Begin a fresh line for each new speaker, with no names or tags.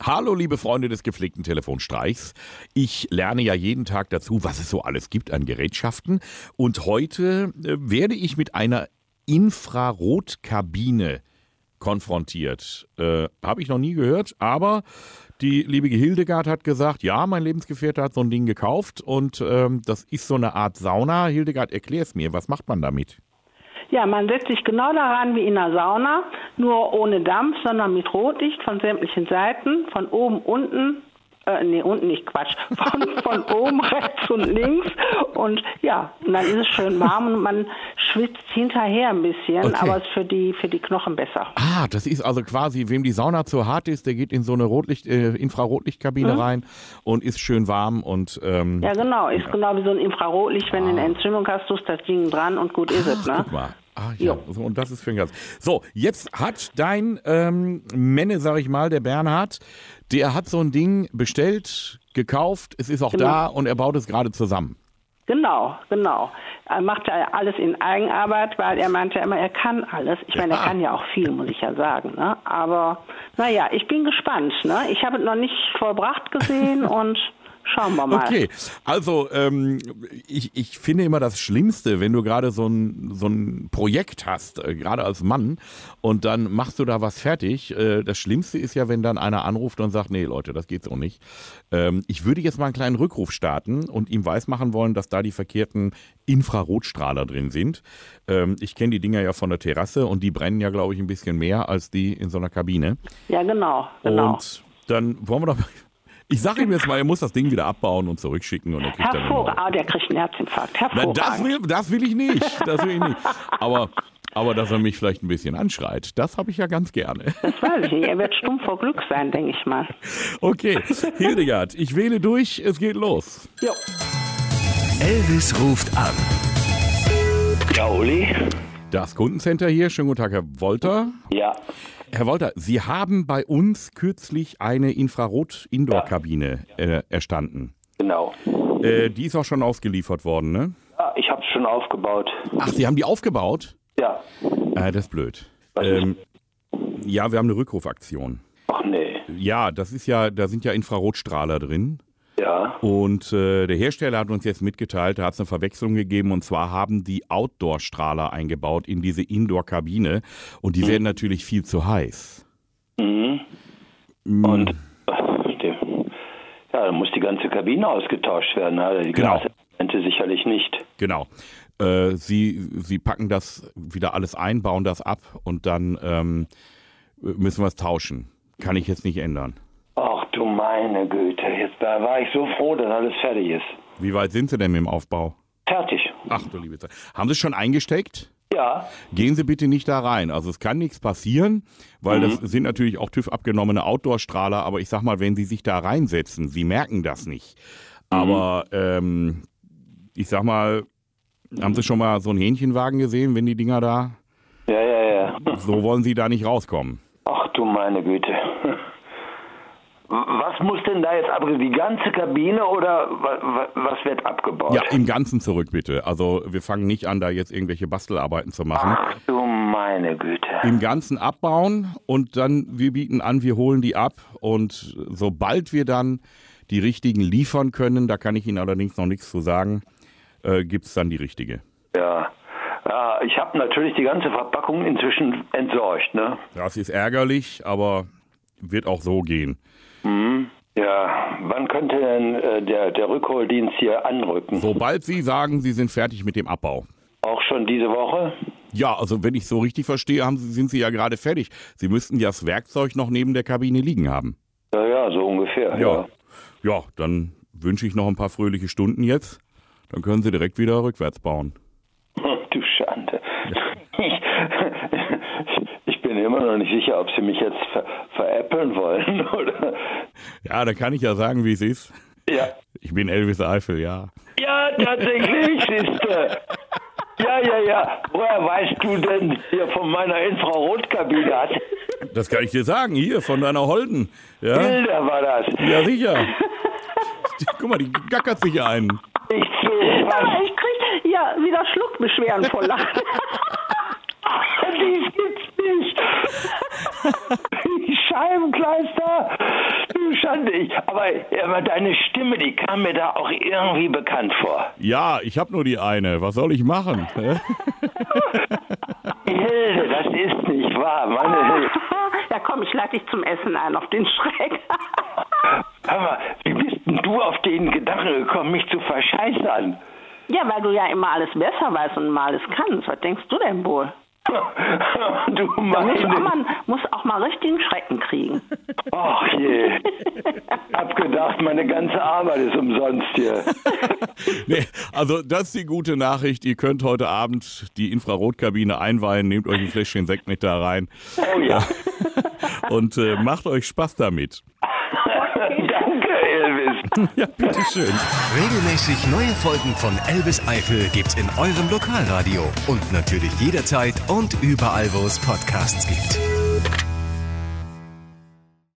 Hallo, liebe Freunde des gepflegten Telefonstreichs. Ich lerne ja jeden Tag dazu, was es so alles gibt an Gerätschaften. Und heute äh, werde ich mit einer Infrarotkabine konfrontiert. Äh, Habe ich noch nie gehört, aber die liebe Hildegard hat gesagt, ja, mein Lebensgefährte hat so ein Ding gekauft und ähm, das ist so eine Art Sauna. Hildegard, erklär es mir, was macht man damit?
Ja, man setzt sich genau daran wie in einer Sauna, nur ohne Dampf, sondern mit Rotlicht von sämtlichen Seiten, von oben, unten, äh, nee, unten nicht, Quatsch, von, von oben, rechts und links und ja, und dann ist es schön warm und man schwitzt hinterher ein bisschen,
Okay.
aber es ist für die, für die Knochen besser.
Ah, das ist also quasi, wem die Sauna zu hart ist, der geht in so eine Rotlicht, äh, Infrarotlichtkabine rein und ist schön warm und ähm,
Ja, genau, ist genau wie so ein Infrarotlicht, wenn du eine Entzündung hast, tust das Ding dran und gut ist es, ne?
Ah. guck mal. Ah, ja. So, und das ist für ein Gas. So, jetzt hat dein ähm, Menne, sag ich mal, der Bernhard, der hat so ein Ding bestellt, gekauft, es ist auch da und er baut es gerade zusammen.
Genau, genau. Er macht ja alles in Eigenarbeit, weil er meinte immer, er kann alles. Ich meine,
Ja.
er kann ja auch viel, muss ich ja sagen. Ne? Aber naja, ich bin gespannt. Ne? Ich habe es noch nicht vollbracht gesehen und schauen wir mal.
Okay, also ähm, ich, ich finde immer das Schlimmste, wenn du gerade so ein, so ein Projekt hast, äh, gerade als Mann, und dann machst du da was fertig. Äh, das Schlimmste ist ja, wenn dann einer anruft und sagt, nee Leute, das geht so nicht. Ähm, ich würde jetzt mal einen kleinen Rückruf starten und ihm weismachen wollen, dass da die verkehrten Infrarotstrahler drin sind. Ähm, ich kenne die Dinger ja von der Terrasse und die brennen ja, glaube ich, ein bisschen mehr als die in so einer Kabine.
Ja, genau, genau.
Und dann wollen wir doch. Ich sage ihm jetzt mal, er muss das Ding wieder abbauen und zurückschicken und er kriegt dann.
Hervorragend.
Nummer.
Ah, der kriegt einen Herzinfarkt.
Na, das,
Hervorragend.
will, das will ich nicht. Das will ich nicht. Aber, aber dass er mich vielleicht ein bisschen anschreit, das habe ich ja ganz gerne.
Das weiß ich nicht. Er wird stumm vor Glück sein, denke ich mal.
Okay, Hildegard, ich wähle durch, es geht los.
Jo.
Elvis ruft an.
Ja, Uli?
Das Kundencenter hier, schönen guten Tag, Herr Wolter.
Ja,
Herr Wolter, Sie haben bei uns kürzlich eine Infrarot-Indoor-Kabine äh, erstanden.
genau.
Äh, die ist auch schon ausgeliefert worden, ne?
Ja, ich hab's schon aufgebaut.
Ach, Sie haben die aufgebaut?
Ja.
Äh, das ist blöd.
Was ist?
Ähm, ja, wir haben eine Rückrufaktion.
Ach nee.
Ja, das ist ja, da sind ja Infrarotstrahler drin.
Ja.
Und äh, der Hersteller hat uns jetzt mitgeteilt, da hat es eine Verwechslung gegeben. Und zwar haben die Outdoor-Strahler eingebaut in diese Indoor-Kabine. Und
Mhm.
die werden natürlich viel zu heiß. Hm.
Und äh, dem, ja, dann muss die ganze Kabine ausgetauscht werden. Also die
Genau.
Glaselemente sicherlich nicht.
Genau. Äh, sie, sie packen das wieder alles ein, bauen das ab und dann ähm, müssen wir es tauschen. Kann ich jetzt nicht ändern.
Ach du meine Güte, jetzt da war ich so froh, dass alles fertig ist.
Wie weit sind Sie denn mit dem Aufbau?
Fertig.
Ach du liebe Zeit. Haben Sie es schon eingesteckt?
Ja,
Gehen Sie bitte nicht da rein. Also es kann nichts passieren, weil das sind natürlich auch TÜV abgenommene Outdoor-Strahler, aber ich sag mal, wenn Sie sich da reinsetzen, Sie merken das nicht. Aber ähm, ich sag mal, haben Sie schon mal so einen Hähnchenwagen gesehen, wenn die Dinger da,
ja, ja, ja.
so wollen Sie da nicht rauskommen.
Ach du meine Güte. Was muss denn da jetzt ab? Also, Die ganze Kabine oder wa- wa- was wird abgebaut?
Ja, im Ganzen zurück bitte. Also wir fangen nicht an, da jetzt irgendwelche Bastelarbeiten zu machen.
Ach du meine Güte.
im Ganzen abbauen und dann wir bieten an, wir holen die ab und sobald wir dann die richtigen liefern können, da kann ich Ihnen allerdings noch nichts zu sagen, äh, gibt es dann die richtige.
Ja. ja ich habe natürlich die ganze Verpackung inzwischen entsorgt, ne?
Das ist ärgerlich, aber wird auch so gehen.
Ja, wann könnte denn äh, der, der Rückholdienst hier anrücken?
Sobald Sie sagen, Sie sind fertig mit dem Abbau.
Auch schon diese Woche?
Ja, also wenn ich so richtig verstehe, haben Sie, sind Sie ja gerade fertig. Sie müssten ja das Werkzeug noch neben der Kabine liegen haben.
Ja, ja, so ungefähr.
Ja. Ja, dann wünsche ich noch ein paar fröhliche Stunden jetzt. Dann können Sie direkt wieder rückwärts bauen.
ja. Hm, Du Schande. Ich, ich bin immer noch nicht sicher, ob sie mich jetzt ver veräppeln wollen, oder?
Ja, da kann ich ja sagen, wie es ist.
Ja.
Ich bin Elvis Eifel, ja.
Ja, tatsächlich, siehste. Ja, ja, ja. Woher weißt du denn hier von meiner Infrarotkabine? Hast
Das kann ich dir sagen, hier von deiner Holden. Ja,
Bilder war das.
ja sicher. Die- Guck mal, die gackert sich ein.
Nicht so. Was?
Aber ich krieg ja wieder Schluckbeschwerden vor Lachen.
Dies gibt's nicht. Die Scheibenkleister. Die verstanden. Ich, aber, aber deine Stimme, die kam mir da auch irgendwie bekannt vor.
Ja, ich habe nur die eine. Was soll ich machen?
Hilde, das ist nicht wahr. Meine Hilde.
Ja komm, ich lade dich zum Essen ein auf den Schreck.
Hör mal, wie bist denn du auf den Gedanken gekommen, mich zu verscheißern?
Ja, weil du ja immer alles besser weißt und immer alles kannst. Was denkst du denn wohl?
Du
Da muss auch
meine...
mal, muss auch mal richtigen Schrecken kriegen.
Och je. Hab gedacht, meine ganze Arbeit ist umsonst hier.
nee, also das ist die gute Nachricht. Ihr könnt heute Abend die Infrarotkabine einweihen, nehmt euch ein Fläschchen Sekt mit da rein
Oh ja.
und äh, macht euch Spaß damit.
Danke, Elvis.
Ja, bitteschön.
Regelmäßig neue Folgen von Elvis Eifel gibt's in eurem Lokalradio und natürlich jederzeit und überall, wo es Podcasts gibt.